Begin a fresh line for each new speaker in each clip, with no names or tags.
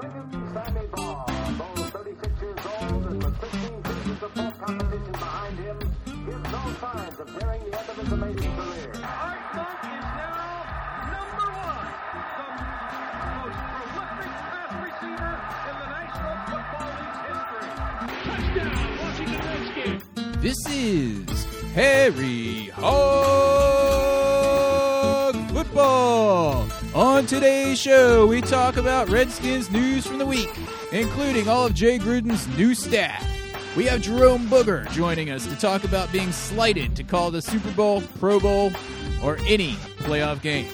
Sammy Baugh, though 36 years old and with 15 seasons of full competition behind him, gives no signs of nearing the end of his amazing career.
Art Monk is now number one, the most prolific pass receiver in the National Football League's history. Touchdown, Washington Redskins.
This is Harry Hog Football. On today's show, we talk about Redskins news from the week, including all of Jay Gruden's new staff. We have Jerome Booger joining us to talk about being slighted to call the Super Bowl, Pro Bowl, or any playoff games.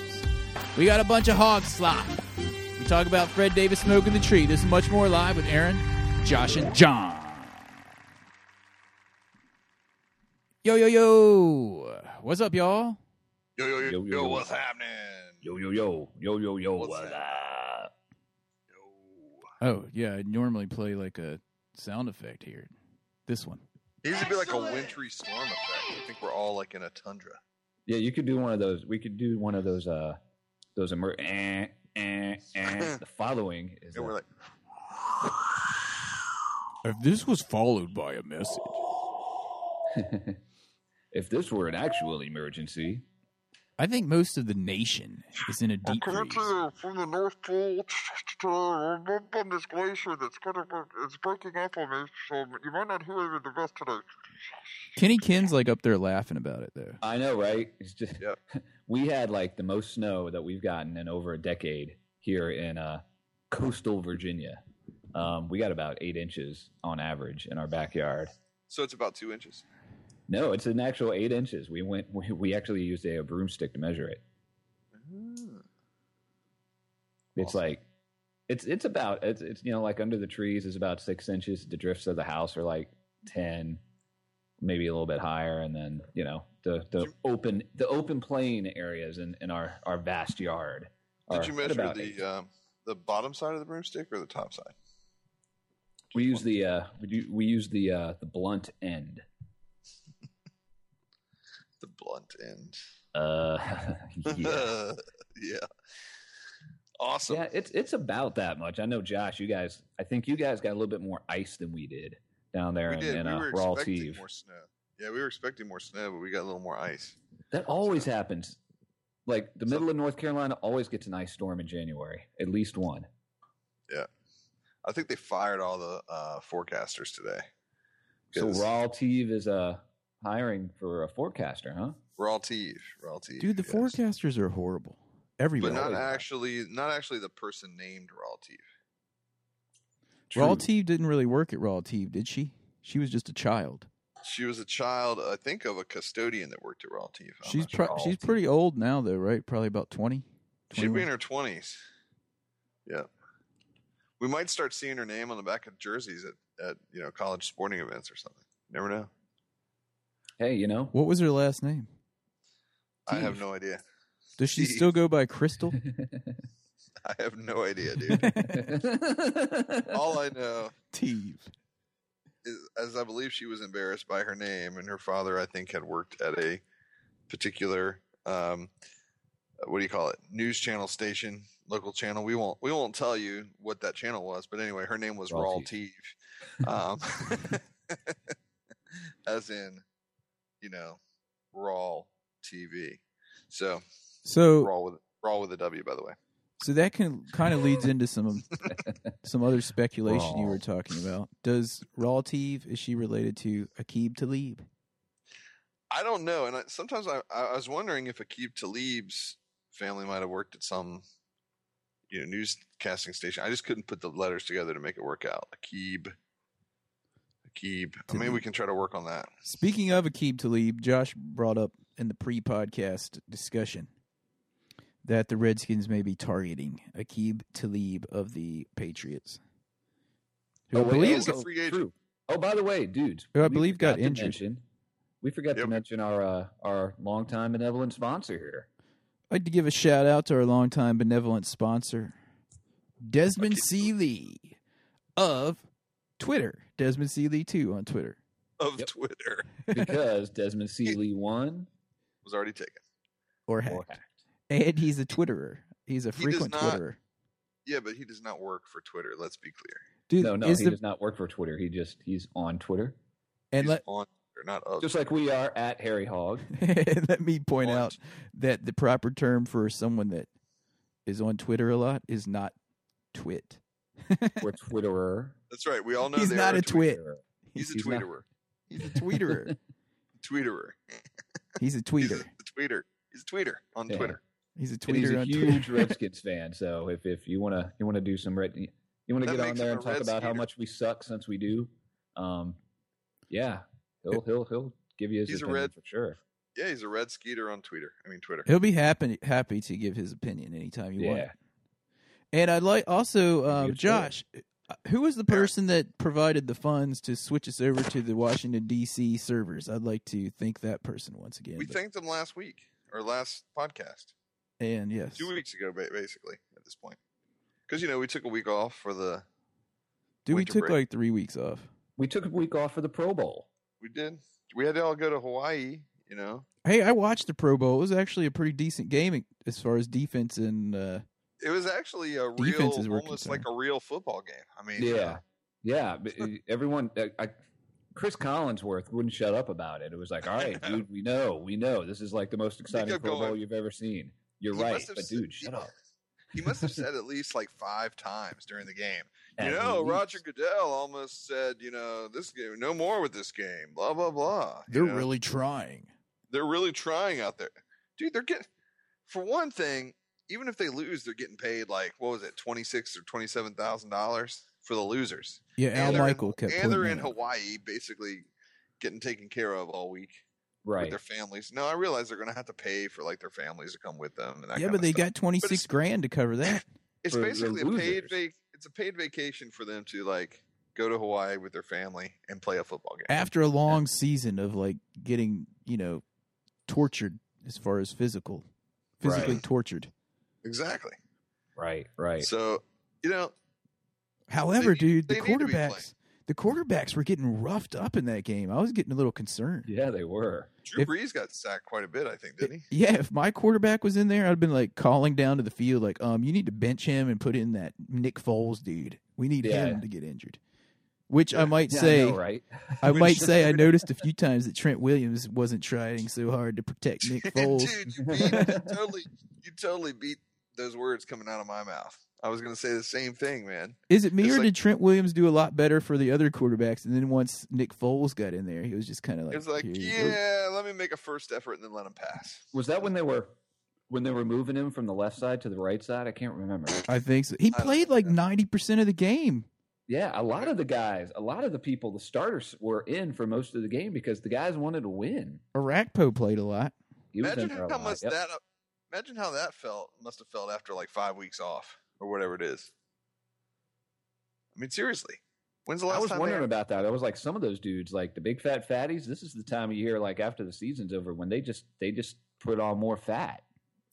We got a bunch of hog slop. We talk about Fred Davis smoking the tree. This is much more live with Aaron, Josh, and John. Yo, yo, yo. What's up, y'all?
Yo, yo, yo,
Yo,
yo,
yo, yo.
what's happening?
Yo yo yo yo yo yo.
What's
what
that?
up?
Yo.
Oh, yeah. I normally play like a sound effect here. This one.
These would be like a
Excellent.
wintry storm effect. I think we're all like in a tundra.
Yeah, you could do one of those. We could do one of those. Uh, those emer- eh, eh, eh. The following is.
And we're
a-
like,
If Uh, this was followed by a message.
if this were an actual emergency,
I think most of the nation is in a deep freeze.
from the North Pole to on this glacier that's gonna it's breaking up on me, so you might not hear even the best today.
Kenny Kin's like up there laughing about it, though.
I know, right? It's just
Yep.
we had like the most snow that we've gotten in over a decade here in uh, coastal Virginia. Um, we got about eight inches on average in our backyard.
So it's about two inches.
No, it's an actual eight inches. We went. We, we actually used a, broomstick to measure it. It's
Awesome.
like, it's it's about it's it's you know like under the trees is about six inches. The drifts of the house are like ten, maybe a little bit higher, and then you know the the open the open plain areas in in our our vast yard. are
Did you
at
measure
about eight.
the um, the bottom side of the broomstick or the top side?
we use the uh we, do, we use the uh the blunt end.
The blunt end.
Uh, yeah.
yeah. Awesome.
Yeah, it's it's about that much. I know, Josh. You guys, I think you guys got a little bit more ice than we did down there
we
in,
did.
in
we
uh,
were
Raw
expecting
Teve.
more snow. Yeah, we were expecting more snow, but we got a little more ice.
That always happens. Like the
So-
middle of North Carolina always gets an ice storm in January, at least one.
I think they fired all the uh, forecasters today.
So
'Cause
Raw Teve is uh, hiring for a forecaster, huh?
Raw Teve, Raw Teve.
Dude, the
yes.
forecasters are horrible.
But
Everywhere.
not
always are.
actually, not actually the person named Raw Teve.
Raw
True.
Teve didn't really work at Raw Teve, did she? She was just a child.
She was a child, I think, of a custodian that worked at Raw Teve. I'm
she's
not sure.
pro-
Raw
she's
Teve.
pretty old now, though, right? Probably about 20.
she'd be
21.
in her twenties. Yeah, we might start seeing her name on the back of jerseys at, at you know college sporting events or something. Never know.
Hey, you know,
What was her last name?
I have
Teve.
no idea.
Does she
Teve.
still go by Crystal?
I have no idea, dude. all I know
Teve.
is, as I believe she was embarrassed by her name, and her father, I think, had worked at a particular um, what do you call it? News channel station, local channel. We won't we won't tell you what that channel was, but anyway, her name was
Raw
Raw Teve, um, as in, you know, Raw TV. So
So
Raw with Raw with a W, by the way.
So that can kind of leads into some some other speculation you
Raw.
were talking about. Does Raltiv is she related to Akib Talib?
I don't know, and I, sometimes I, I I was wondering if Akib Talib's family might have worked at some, you know, newscasting station. I just couldn't put the letters together to make it work out. Akib, Akib. I mean, we can try to work on that.
Speaking of Akib Talib, Josh brought up in the pre-podcast discussion that the Redskins may be targeting Akib Talib of the Patriots, who
Oh,
I
wait,
believe
he's a free agent.
true. Oh, by the way, dudes,
Who I
we
believe got
forgot to
injured.
mention- we forgot to
Yep.
mention our uh, our longtime benevolent sponsor here.
I'd like to give a shout out to our longtime benevolent sponsor, Desmond
Akib.
C. Lee of Twitter. Desmond C. Lee too on Twitter.
Of
Yep.
Twitter
because Desmond Seeley won
was already taken.
Or hacked.
or hacked.
And he's a Twitterer. He's a
He does
frequent
not-
Twitterer.
Yeah, but he does not work for Twitter. Let's be clear.
Dude,
No, no,
is
he
the,
does not work for Twitter. He just he's on Twitter,
and
He's
let
on Twitter, not of.
just like we are at Harry Hog.
let me point
On
out that the proper term for someone that is on Twitter a lot is not twit.
We're Twitterer.
That's right. We all know
He's
they
not
are
a twit.
Twitterer.
He's a
He's not-
tweeterer.
He's a tweeterer.
Tweeterer.
He's a
He's a
tweeter.
tweeter. He's a tweeter on
Yeah.
Twitter.
He's a
And he's
tweeter
a
on Twitter.
huge Redskins fan. So if, if you want to you want to do some red, you want
That
to get on
makes
there
him
and
a
talk about how
Redskeeter.
much we suck since we do, um, yeah, he'll he'll he'll give you his
He's a
opinion
Red-
for sure.
Yeah, he's a red skeeter on Twitter. I mean Twitter.
He'll be happy happy to give his opinion anytime you want.
Yeah,
And I'd like also, um,
Beautiful.
Josh, uh, who was the person that provided the funds to switch us over to the Washington D.C. servers? I'd like to thank that person once again.
we
but-
thanked him last week or last podcast,
and yes,
two weeks ago, ba- basically at this point, because you know we took a week off for the
dude, we
winter
took
break.
like three weeks off.
we took a week off for the Pro Bowl.
we did we had to all go to Hawaii. You know,
Hey, I watched the Pro Bowl. It was actually a pretty decent game as far as defense and uh,
it was actually a real,
Defenses were
almost like a
concerned.
real football game. I mean,
Yeah, yeah. but, uh, Everyone, uh, I, Chris Collinsworth wouldn't shut up about it. It was like, all right, dude, we know, we know, this is like the most exciting
kept
Pro Bowl
going.
you've ever seen. You're
He
right,
must have
but
said-
dude, shut up.
he must have said at least like five times during the game. You
At
know, Roger
least.
Goodell almost said, you know, this game, no more with this game, blah blah blah. you know?
trying.
they're really trying out there, dude. They're getting, for one thing, even if they lose, they're getting paid like what was it, twenty six or twenty seven thousand dollars for the losers.
Yeah, Al
they're in-
Michael kept.
and they're
pointing
in
that out.
Hawaii, basically getting taken care of all week with
right?
their families. No, I realize they're going to have to pay for like their families to come with them. And that
Yeah,
kinda
but they
stuff.
got twenty six
it's-
grand to cover that.
It's
for the
basically a paid
losers.
vac- It's a paid vacation for them to like go to Hawaii with their family and play a football game.
after a long season of like getting you know tortured as far as physical physically
Right.
tortured
exactly.
Right, right.
So you know,
however
They-
dude the
they need to be playing.
quarterbacks the quarterbacks were getting roughed up in that game i was getting a little concerned
yeah, they were.
Drew
If-
Brees got sacked quite a bit. I think didn't he?
yeah if my quarterback was in there i'd been like calling down to the field like um you need to bench him and put in that nick foles dude we need
Yeah.
him to get injured which i
Yeah.
might
Yeah, I
say
know, right?
I
Which-
might say I noticed a few times that Trent Williams wasn't trying so hard to protect Nick Foles.
Dude, you, beat, you totally, you totally beat those words coming out of my mouth. I was going to say the same thing, man.
Is it me
It's
or
like-
did Trent Williams do a lot better for the other quarterbacks? And then once Nick Foles got in there, he was just kind of like,
It's like,
"Here you go."
yeah, let me make a first effort and then let him pass.
Was that when they were when they were moving him from the left side to the right side? I can't remember.
I think so. He
I don't
played
know.
like ninety percent of the game.
Yeah, a lot of the guys, a lot of the people, the starters were in for most of the game because the guys wanted to win.
Arakpo played a lot.
He was
Imagine
in there
how
a lot.
much
Yep.
that. Imagine how that felt. Must have felt after like five weeks off or whatever it is. I mean, seriously, when's the last
I was
time?
wondering
they,
about that. I was like, some of those dudes, like the big fat fatties, this is the time of year, like after the season's over, when they just they just put on more fat.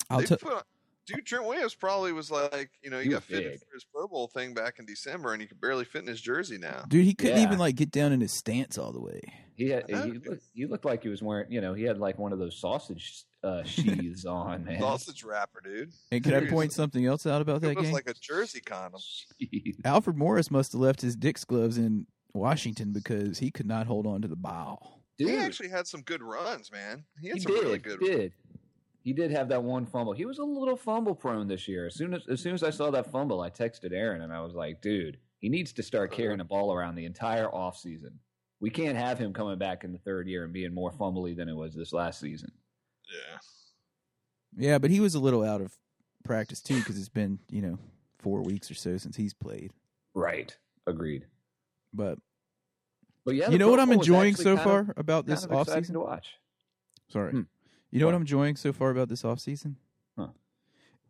I'll
they
tell.
put on, dude, Trent Williams probably was like, you know, he,
He
got
was
fitted
big.
for his Pro Bowl thing back in December, and he could barely fit in his jersey now.
Dude, he couldn't
Yeah.
even like get down in his stance all the way.
He had
I know,
he
dude.
looked, he looked like he was wearing, you know, he had like one of those sausage uh, sheaths on, man.
Sausage wrapper, dude.
And can I
Seriously.
point something else out about that
It was
game?
like a jersey condom.
Jeez.
Alfred Morris must have left his Dick's gloves in Washington because he could not hold on to the ball.
Dude,
He actually had some good runs, man. He had
he
some
did,
really good.
did. He did have that one fumble. He was a little fumble prone this year. As soon as as soon as I saw that fumble, I texted Aaron and I was like, dude, he needs to
Uh-huh.
start carrying a ball around the entire offseason. We can't have him coming back in the third year and being more fumbly than it was this last season.
Yeah.
Yeah, but he was a little out of practice too because it's been you know four weeks or so since he's played.
Right. Agreed.
But
But yeah,
you
the
know what
Pro
I'm
Bowl was
enjoying
actually
so
kind of-
far about this
kind of exciting
offseason?
to watch.
Sorry.
Hmm.
You know what?
What?
I'm enjoying so far about this offseason?
Huh.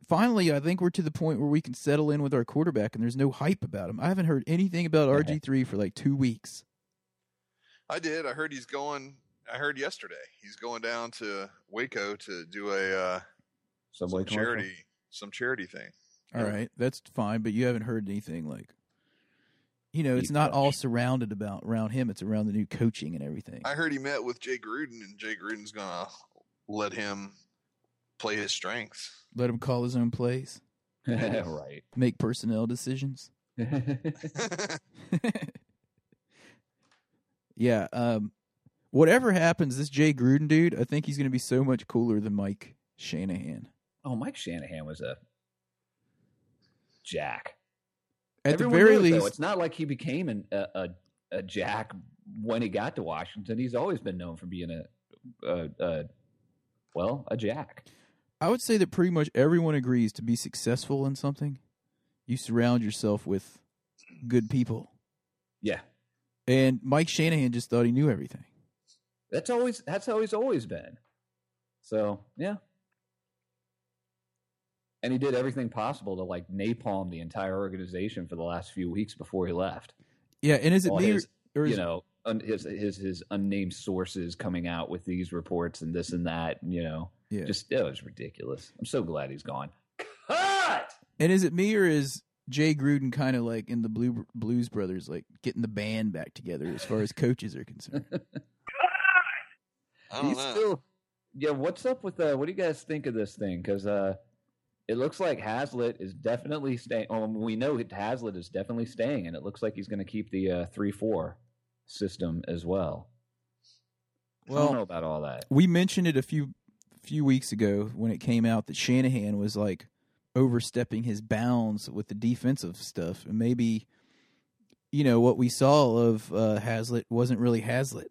Finally, I think we're to the point where we can settle in with our quarterback and there's no hype about him. I haven't heard anything about
Yeah.
RG3 for like two weeks.
I did. I heard he's going. I heard yesterday he's going down to Waco to do a uh,
Subway
some
commercial.
charity, some charity thing.
All
Yeah.
right, that's fine, but you haven't heard anything like, you know, it's
Deep
not
touch.
all surrounded about around him. It's around the new coaching and everything.
I heard he met with Jay Gruden, and Jay Gruden's gonna let him play his strengths.
Let him call his own plays.
right.
Make personnel decisions. yeah. Um, whatever happens, this Jay Gruden dude, I think he's going to be so much cooler than Mike Shanahan.
oh, Mike Shanahan was a jack.
At
Everyone
the very
knew it, though.
least,
it's not like he became an, a, a a jack when he got to Washington. He's always been known for being a, a, a well, a jack.
I would say that pretty much everyone agrees to be successful in something, you surround yourself with good people.
Yeah,
And Mike Shanahan just thought he knew everything.
that's always that's how he's always been. So yeah, and he did everything possible to like napalm the entire organization for the last few weeks before he left.
Yeah, and is it
All
me or-
his-
or is
you know un, his his his unnamed sources coming out with these reports and this and that. You know,
yeah.
just it was ridiculous. I'm so glad he's gone. Cut.
and is it me or is Jay Gruden kind of like in the Blue Blues Brothers, like getting the band back together as far as coaches are concerned?
I don't
He's
know.
still- yeah, what's up with uh what do you guys think of this thing? Because uh, it looks like Hazlitt is definitely staying. Oh, we know it- Hazlitt is definitely staying, and it looks like he's going to keep the uh, three-four system as well. I
Well-
don't know about all that.
we mentioned it a few few weeks ago when it came out that Shanahan was like overstepping his bounds with the defensive stuff, and maybe you know what we saw of uh, Hazlitt wasn't really Hazlitt.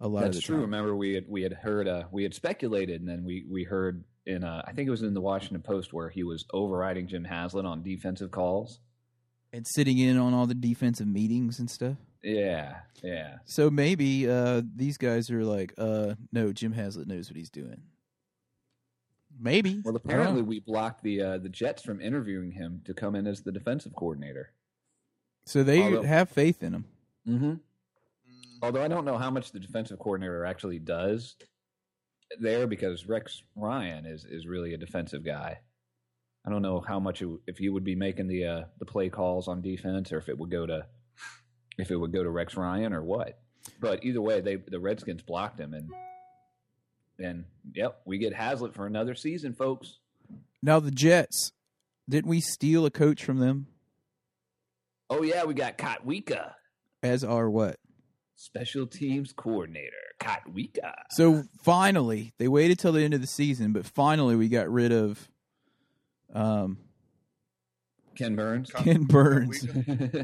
A lot
That's
of the
true.
time.
Remember, we had we had heard uh, we had speculated, and then we we heard in uh, I think it was in the Washington Post where he was overriding Jim Haslett on defensive calls.
and sitting in on all the defensive meetings and stuff.
Yeah, yeah.
So maybe uh, these guys are like, uh, no, Jim Haslett knows what he's doing. Maybe.
Well,
I don't know.
apparently we blocked the uh, the Jets from interviewing him to come in as the defensive coordinator.
so they
although-
have faith in him.
Mm-hmm.
Mm,
Although I don't know how much the defensive coordinator actually does there because Rex Ryan is is really a defensive guy. I don't know how much it, w- if he would be making the uh, the play calls on defense or if it would go to if it would go to Rex Ryan or what. But either way, they the Redskins blocked him and and yep, we get Hazlitt for another season, folks.
Now the Jets, didn't we steal a coach from them
Oh yeah, we got Kotwika,
as our what?
special teams coordinator, Kotwika.
So finally, they waited till the end of the season, but finally we got rid of um,
Ken Burns.
Ken Burns.
we-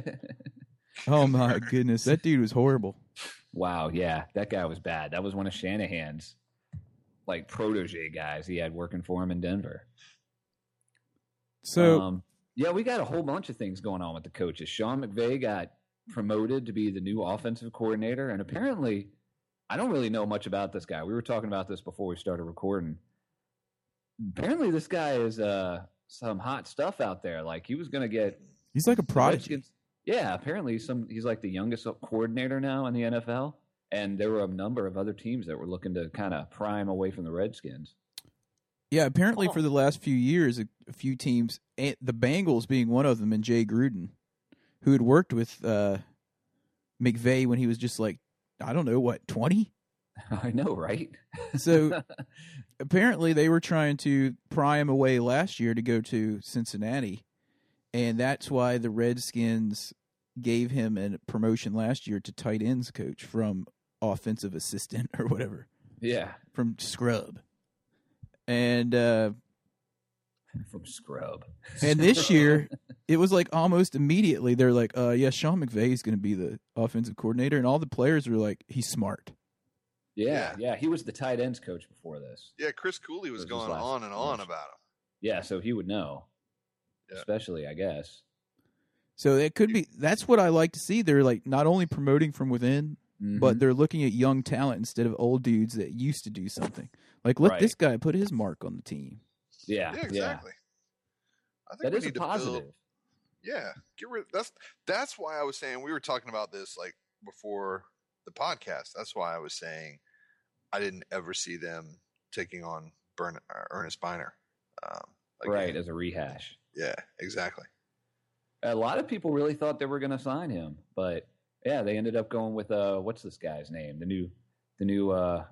Oh my goodness, that dude was horrible.
Wow, yeah, that guy was bad. That was one of Shanahan's like protege guys he had working for him in Denver.
So
um, yeah, we got a whole bunch of things going on with the coaches. Sean McVay got promoted to be the new offensive coordinator, and apparently, I don't really know much about this guy. We were talking about this before we started recording. Apparently, this guy is uh, some hot stuff out there. Like he was going to get
he's like a prodigy.
Redskins- Yeah, apparently some he's like the youngest coordinator now in the NFL, and there were a number of other teams that were looking to kind of prime away from the Redskins.
Yeah, apparently for the last few years, a, a few teams, and the Bengals being one of them, and Jay Gruden, who had worked with uh, McVay when he was just like, I don't know, what, 20?
I know, right?
So apparently they were trying to pry him away last year to go to Cincinnati, and that's why the Redskins gave him a promotion last year to tight ends coach from offensive assistant or whatever
yeah,
from scrub. And uh,
from Scrub.
and this year it was like almost immediately they're like, uh, yeah, Sean McVay is going to be the offensive coordinator, and all the players were like, he's smart.
Yeah, yeah, he was the tight ends coach before this.
yeah, Chris Cooley was
That was his
going
last
on and on
promotion.
about him.
Yeah, so he would know,
Yeah.
especially I guess.
So it could be that's what I like to see. They're like not only promoting from within, but
Mhm.
they're looking at young talent instead of old dudes that used to do something. Like let
Right.
this guy put his mark on the team.
yeah,
Yeah,
yeah,
exactly. I think
that
we
is a
need to build-
positive.
yeah, get rid. That's that's why I was saying we were talking about this like before the podcast. That's why I was saying I didn't ever see them taking on Bern, uh, Ernest Biner. Um, again.
right as a rehash.
Yeah. Exactly.
A lot of people really thought they were going to sign him, but yeah, they ended up going with uh, what's this guy's name? The new, the new, uh,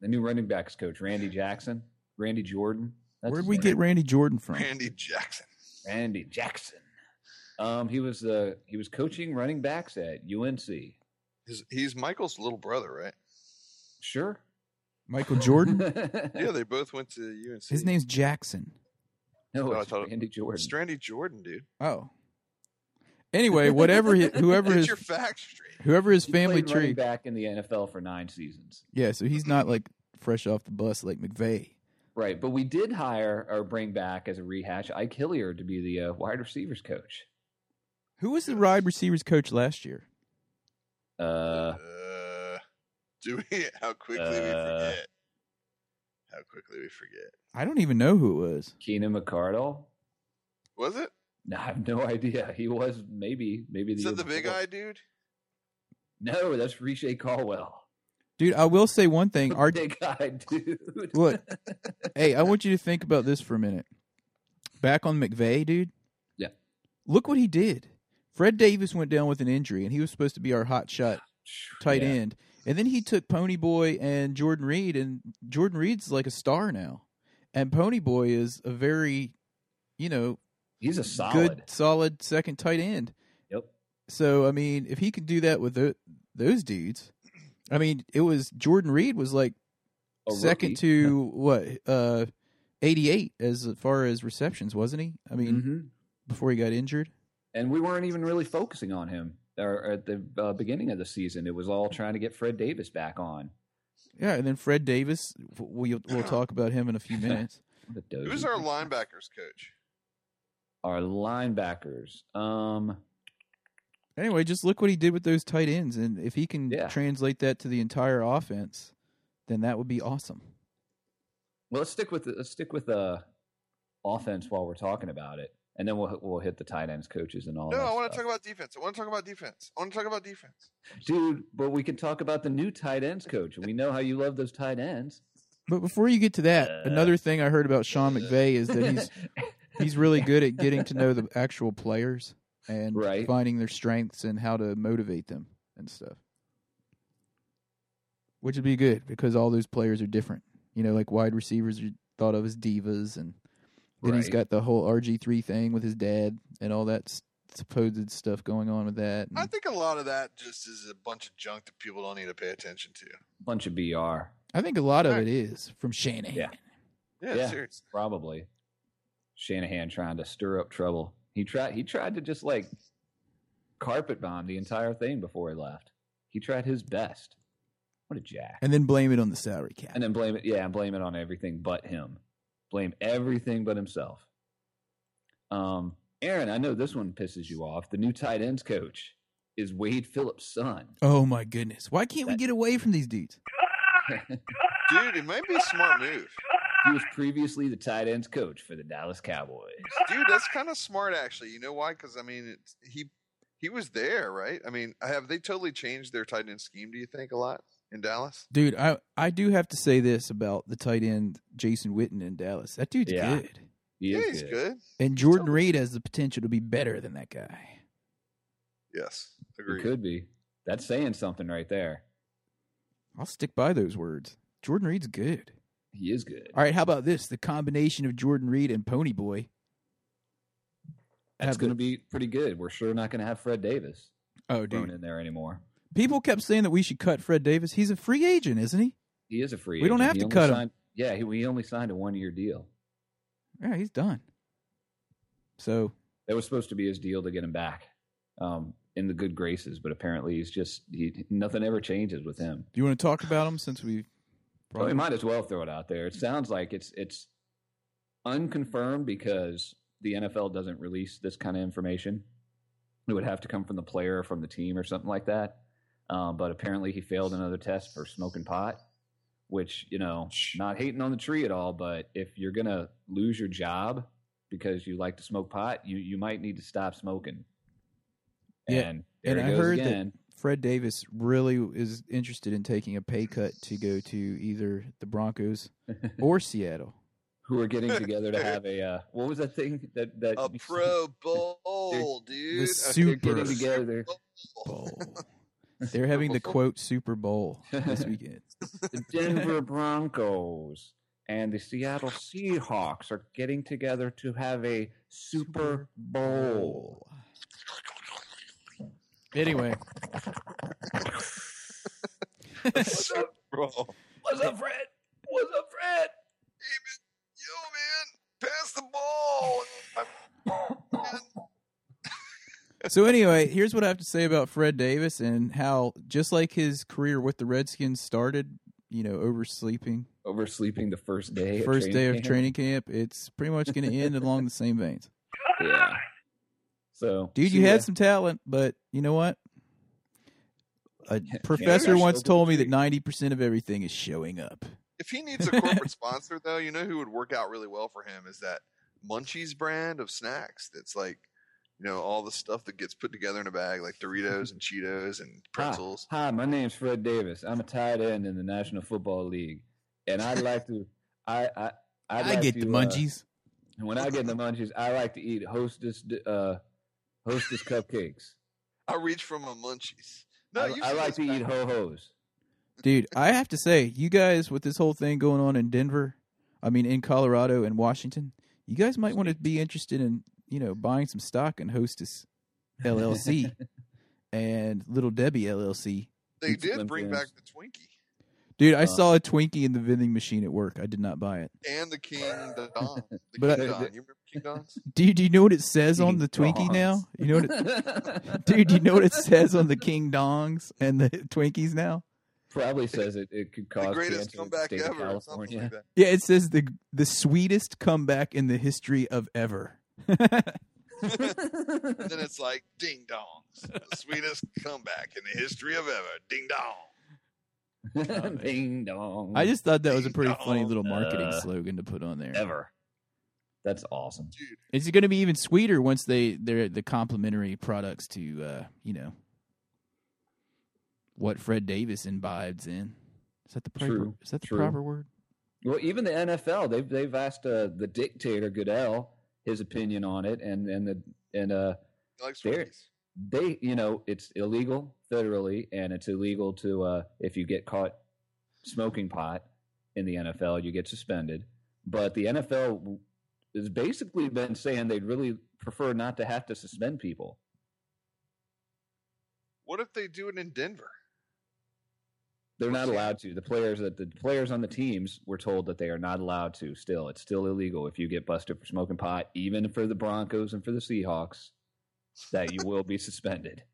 the new running backs coach, Randy Jackson, Randy Jordan. That's
Where'd
his
we
name.
get Randy Jordan from?
Randy Jackson.
Randy Jackson? Um, he was uh, he was coaching running backs at UNC.
His, he's Michael's little brother, right?
Sure.
Michael Jordan.
Yeah, they both went to UNC.
His name's Jackson.
No,
Oh, I
it's
thought it-
Randy Jordan.
Strandy Jordan, dude.
Oh. Anyway, whatever, hi- whoever
Get
his
your facts straight.
whoever his
He
family
played running
tree.
back in the NFL for nine seasons.
Yeah, so he's not like fresh off the bus like McVeigh.
Right, but we did hire or bring back as a rehash Ike Hillier to be the uh, wide receivers coach.
Who was the wide receivers coach last year?
Uh,
Uh, do we? How quickly we
uh,
forget? How quickly we forget?
I don't even know who it was.
Keenan McCardle.
Was it?
No, I have no idea. He was maybe maybe the
Is
year
that the big
before.
eye dude?
No, that's Riche Caldwell.
Dude, I will say one thing. Our
big eye dude.
look, hey, I want you to think about this for a minute. Back on McVeigh, dude.
Yeah.
Look what he did. Fred Davis went down with an injury, and he was supposed to be our hot shot tight
Yeah.
end. And then he took Pony Boy and Jordan Reed, and Jordan Reed's like a star now. And Pony Boy is a very, you know,
He's a solid.
good, solid second tight end.
Yep.
So I mean, if he could do that with tho- those dudes, I mean, it was Jordan Reed was like
A
second
rookie.
to what uh, eighty eight as far as receptions, wasn't he? I mean,
Mhm.
before he got injured.
and we weren't even really focusing on him or, at the uh, beginning of the season. It was all trying to get Fred Davis back on.
Yeah, and then Fred Davis. w- We'll we'll talk about him in a few minutes.
What a dozy.
Who's our linebackers coach?
Our linebackers? Um,
Anyway, just look what he did with those tight ends, and if he can
Yeah.
translate that to the entire offense, then that would be awesome.
well, let's stick with let's stick with uh, offense while we're talking about it, and then we'll we'll hit the tight ends coaches and all.
No,
that
I want to
stuff.
talk about defense. I want to talk about defense. I want to talk about defense.
dude. But we can talk about the new tight ends coach, and we know how you love those tight ends.
But before you get to that,
Uh,
another thing I heard about Sean McVay is that he's he's really good at getting to know the actual players and
Right.
finding their strengths and how to motivate them and stuff. Which would be good because all those players are different. You know, like wide receivers are thought of as divas, and then he's
Right.
got the whole RG three thing with his dad and all that s- supposed stuff going on with that.
I
Hmm.
and-
think a lot of that just is a bunch of junk that people don't need to pay attention to.
bunch of br
I think a lot of
Right.
it is from Shanahan.
Yeah.
Yeah,
Yeah.
seriously.
probably Shanahan trying to stir up trouble. He tried he tried to just like carpet bomb the entire thing before he left. He tried his best. What a jack.
And then blame it on the salary cap.
And then blame it yeah, and blame it on everything but him. Blame everything but himself. Um Aaron, I know this one pisses you off. The new tight ends coach is Wade Phillips' son.
Oh my goodness. Why can't we
That-
get away from these dudes?
Dude, it might be a smart move.
he was previously the tight ends coach for the Dallas Cowboys.
Dude, that's kind of smart actually. You know why? Because I mean, it's, he he was there, right? I mean, have they totally changed their tight end scheme? Do you think a lot in Dallas?
Dude, I I do have to say this about the tight end Jason Witten in Dallas. That dude's
Yeah.
good.
He
yeah,
is
he's
good.
good.
And Jordan Reed has the potential to be better than that guy.
Yes,
He
agreed.
could be. That's saying something right there.
I'll stick by those words. Jordan Reed's good.
He is good.
All right, how about this? The combination of Jordan Reed and Pony Boy.
That's
Have
going to
the-
be pretty good. We're sure not going to have Fred Davis
Oh,
thrown
dude.
in there anymore.
People kept saying that we should cut Fred Davis. He's a free agent, isn't he?
He is a free.
We don't
agent.
have
He
to
only
cut him.
signed- Yeah, he, he only signed a one year deal.
Yeah, he's done. So,
That was supposed to be his deal to get him back um, in the good graces, but apparently he's just he nothing ever changes with him.
do you want to talk about him since we
Well, we might as well throw it out there. It sounds like it's it's unconfirmed because the NFL doesn't release this kind of information. It would have to come from the player or from the team or something like that. Um, but apparently, he failed another test for smoking pot, which you know, not hating on the tree at all. But if you're gonna lose your job because you like to smoke pot, you you might need to stop smoking.
Yeah,
and there
and I
it goes
heard that-
again.
Fred Davis really is interested in taking a pay cut to go to either the Broncos or Seattle.
Who are getting together to have a uh, what was that thing that that
A
you-
Pro Bowl, dude.
The
I-
they're
Super
getting together.
Bowl. They're having the quote Super Bowl this weekend.
The Denver Broncos and the Seattle Seahawks are getting together to have a Super Bowl.
Anyway,
What's up, bro? Yo,
What's up, Fred? What's up, Fred?
man, pass the ball.
so anyway, here's what I have to say about Fred Davis and how just like his career with the Redskins started, you know, oversleeping
Oversleeping the first day. of
first day of
camp.
training camp, it's pretty much going to end along the same veins.
Yeah. So,
Dude, you had some talent, but you know what? A professor
gotta
once
show the
told me that
tree.
90% of everything is showing up.
If he needs a corporate sponsor, though, you know who would work out really well for him is that Munchies brand of snacks. That's like, you know, all the stuff that gets put together in a bag, like Doritos and Cheetos and
Ah.
pretzels.
Hi, hi, my name's Fred Davis. I'm a tight end in the National Football League, and I'd like to. I I I'd
I
like
get the
to, uh,
munchies.
when I get the munchies, I like to eat Hostess uh, Hostess cupcakes.
I reach for my Munchies. No,
I,
you've
I
seen those
like to eat
packets.
ho hos.
Dude, I have to say, you guys with this whole thing going on in Denver, I mean in Colorado and Washington, you guys might want to be interested in, you know, buying some stock in Hostess LLC and Little Debbie LLC.
They
Eat
did
Slim
bring
Jims.
back the Twinkie
Dude, I
Uh.
saw a Twinkie in the vending machine at work. I did not buy it.
and the King Don. The
But
uh,
I-
King Don. You remember King Don's?
Do you, do you know what it says on
King
the Twinkie
Dongs.
now? You know what it, Dude, you know what it says on the King Dongs and the Twinkies now?
Probably says it, it could cause
The greatest
cancer in
comeback
the state of
ever. or Something
California.
like that.
Yeah, it says the the sweetest comeback in the history of ever.
And then it's like ding dongs, the sweetest comeback in the history of ever. Ding dong.
Ding dong.
I just thought that was a pretty funny little
Uh,
marketing slogan to put on there.
ever. That's awesome.
It's going to be even sweeter once they they're the complimentary products to uh, you know what Fred Davis imbibes in. Is that the proper
True,
is that the
true.
proper word?
Well, even the NFL, they've they've asked uh, the dictator Goodell his opinion on it, and and the and uh
He likes
There-
Twinkies.
they you know it's illegal federally, and it's illegal to uh if you get caught smoking pot in the NFL, you get suspended. But the NFL has basically been saying they'd really prefer not to have to suspend people.
What if they do it in Denver?
They're not
What's that?
allowed to. The players that the players on the teams were told that they are not allowed to. Still, it's still illegal if you get busted for smoking pot, even for the Broncos and for the Seahawks, that you will be suspended.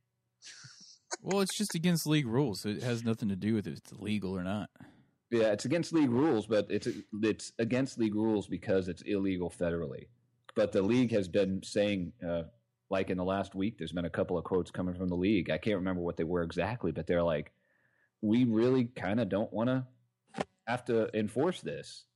Well, it's just against league rules, so it has nothing to do with if it's legal or not.
Yeah, it's against league rules, but it's it's against league rules because it's illegal federally. But the league has been saying, uh, like in the last week, there's been a couple of quotes coming from the league. I can't remember what they were exactly, but they're like, we really kind of don't want to have to enforce this.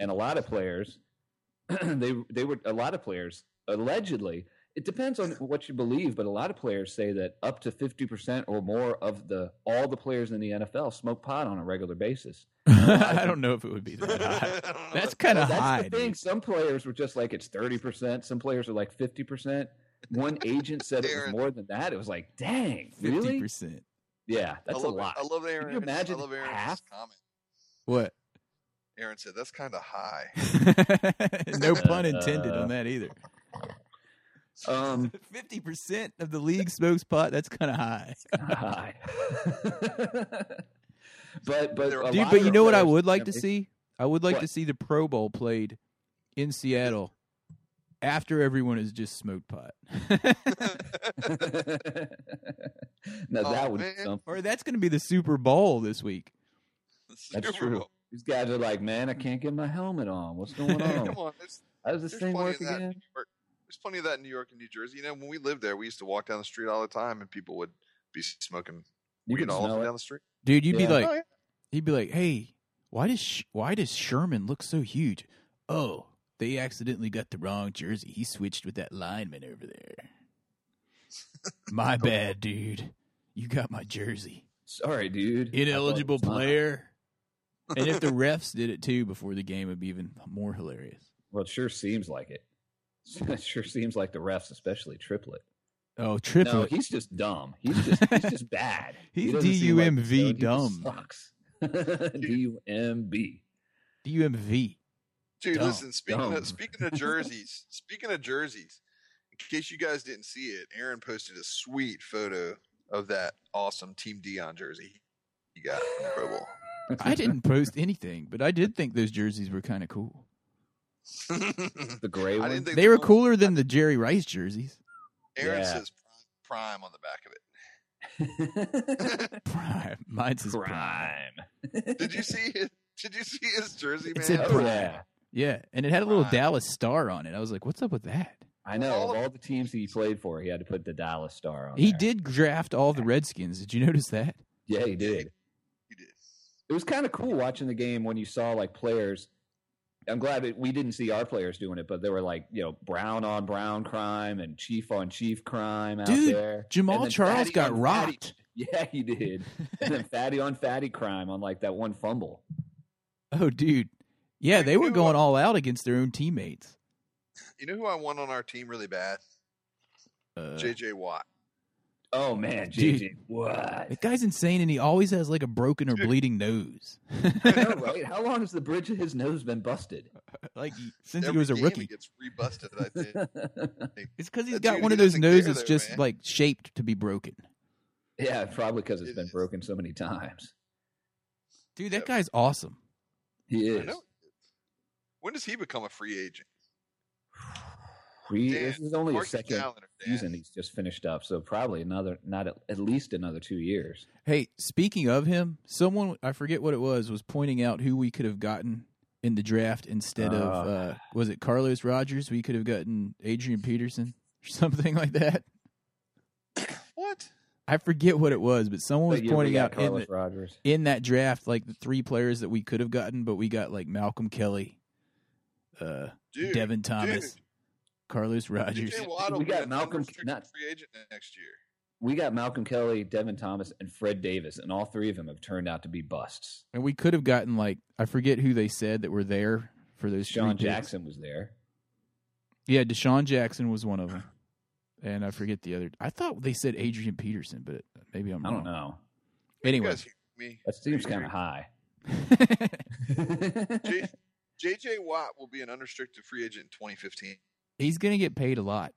And a lot of players, they they were a lot of players allegedly. It depends on what you believe, but a lot of players say that up to fifty percent or more of the all the players in the NFL smoke pot on a regular basis.
I don't know if it would be that high.
I don't know.
That's kind of
That's
high.
the thing.
dude.
Some players were just like it's thirty percent. Some players are like fifty percent. One agent said it
Aaron.
was more than that. It was like, dang, really?
50%.
Yeah,
I
that's a
love it.
lot.
I love Aaron.
you imagine
I love Aaron's
half?
comment.
What?
Aaron said that's kind of high.
no pun intended
Uh,
on that either.
Um,
50% of the league smokes pot. That's kind of high.
hi. but but
There-
a
Dude,
lot
but
of
you know what I
players-
would like to
Yeah,
see? I would like to
What?
see the Pro Bowl played in Seattle after everyone has just smoked pot.
now
Oh,
that would
man.
be something.
or that's going to be the Super Bowl this week.
That's true. These guys are like, man, I can't get my helmet on. What's going on?
Come on, there's,
How does this
There's
thing
plenty
work
of that.
again?
there's plenty of that in New York and New Jersey. You know, when we lived there, we used to walk down the street all the time, and people would be smoking
You
weed
can
all up
smell
and
it.
down the street.
Dude, you'd be
Yeah.
like,
Oh, yeah.
he'd be like, "Hey, why does Sh- why does Sherman look so huge? Oh, they accidentally got the wrong jersey. He switched with that lineman over there. My bad, dude. You got my jersey.
Sorry, dude. I thought it
Ineligible
was not.
player." and if the refs did it too before the game, it'd be even more hilarious.
Well, it sure seems like it. It sure seems like the refs, especially Triplet.
Oh,
No,
triple!
he's just dumb. He's just he's just bad. He
He's
doesn't seem like
DUMV
he's good. He just
dumb.
Sucks. DUMB.
DUMV.
Dude,
Dumb.
listen. Speaking
Dumb.
of, speaking of jerseys, speaking of jerseys, in case you guys didn't see it, Aaron posted a sweet photo of that awesome Team Dion jersey he got from the Pro Bowl.
I didn't post anything, but I did think those jerseys were kind of cool.
the gray
I
one.
didn't think
They
the
were
Bulls-
cooler than the Jerry Rice jerseys.
Aaron
Yeah.
says prime on the back of it.
Prime. Mine's his prime.
Crime.
Did you see? His, did you see his jersey, man?
It said
Oh, yeah.
Yeah, and it had a little
Prime.
Dallas star on it. I was like, "What's up with that?"
I know.
All
Of
of-
all the teams he played for, he had to put the Dallas Star on.
He
there.
did draft all the Redskins. Did you notice that?
Yeah, he did.
He did.
It was kind of cool watching the game when you saw like players. I'm glad that we didn't see our players doing it, but there were like you know brown on brown crime and chief on chief crime out
Dude,
there.
Jamal
And then
Charles
fatty
got
on fatty-
rocked.
Yeah, he did. and then fatty on fatty crime on like that one fumble.
Oh, dude. Yeah,
Like,
they
you
were
know
going
what?
all out against their own teammates.
You know who I want on our team really bad?
Uh,
JJ Watt.
Oh man,
Dude.
JJ, what?
that guy's insane, and he always has like a broken or bleeding nose.
I know, right? How long has the bridge of his nose been busted?
like he- since he
Every
was a
game
rookie,
He gets rebusted. I think.
it's because he's
That
got
dude,
one
he
of those
doesn't care
noses that's
though,
just
man.
like shaped to be broken.
yeah, probably because it's
It
been
is.
broken so many times.
Dude, that
Yep.
guy's awesome.
He
I
is.
know. When does he become a free agent?
We,
Dan,
this is only his
Mark your
second
calendar, Dan.
season he's just finished up, so probably another, not at, at least another two years.
Hey, speaking of him, someone I forget what it was was pointing out who we could have gotten in the draft instead of
Ah.
uh, was it Carlos Rogers? We could have gotten Adrian Peterson or something like that.
What?
I forget what it was, but someone was
But yeah, we
pointing
got
out in,
Carlos
the,
Rogers.
in that draft like the three players that we could have gotten, but we got like Malcolm Kelly, uh,
Dude,
Devin Thomas,
dude.
Carlos Rogers.
JJ Watt will
We
be
got
an
Malcolm-
unrestricted
not-
free agent next year.
We got Malcolm Kelly, Devin Thomas, and Fred Davis, and all three of them have turned out to be busts.
And we could have gotten like I forget who they said that were there for those three
Sean
picks.
Jackson was there.
Yeah, Deshaun Jackson was one of them, and I forget the other. I thought they said Adrian Peterson, but maybe I'm
I
wrong.
don't know.
You
Anyway,
guys hear me?
That seems kind of high.
J- JJ Watt will be an unrestricted free agent in 2015.
he's gonna get paid a lot,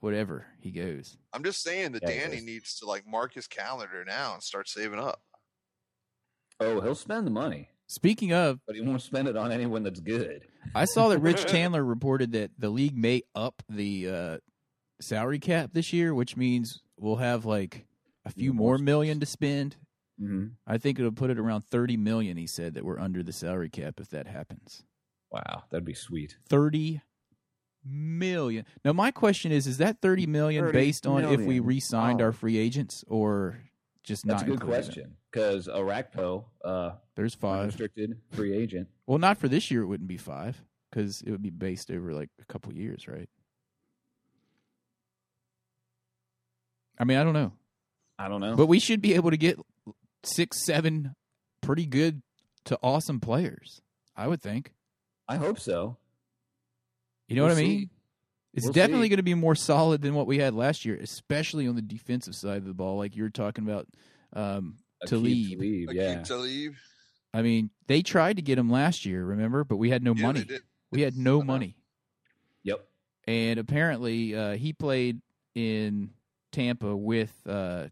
whatever he goes.
I'm just saying that
Yeah, he
Danny
is.
needs to like mark his calendar now and start saving up.
oh, he'll spend the money,
Speaking of,
but he won't spend it on anyone that's good.
I saw that Rich Chandler reported that the league may up the uh, salary cap this year, which means we'll have like a few
Even more
more
space.
million to spend.
Mm-hmm.
I think it'll put it around thirty million. He said that we're under the salary cap if that happens.
Wow, that'd be sweet.
30 million. Now my question is is that 30 million
30
based on if we
million.
re-signed
Wow.
our free agents or just
That's
not
a good
including them?
question because Arakpo, uh,
There's 5.
unrestricted free agent.
Well, not for this year it wouldn't be 5 cuz it would be based over like a couple years, right? I mean, I don't know.
I don't know.
But we should be able to get 6 7 pretty good to awesome players. I would think.
I hope so.
You know
We'll
what I
see.
mean? It's
We'll
definitely
see.
going to be more solid than what we had last year, especially on the defensive side of the ball, like you were talking about. Um,
Akeem
To leave.
Tlaib,
Like
yeah.
to leave.
I mean, they tried to get him last year, remember? But we had no money. We had no money,
Yep.
and apparently uh, he played in Tampa with uh,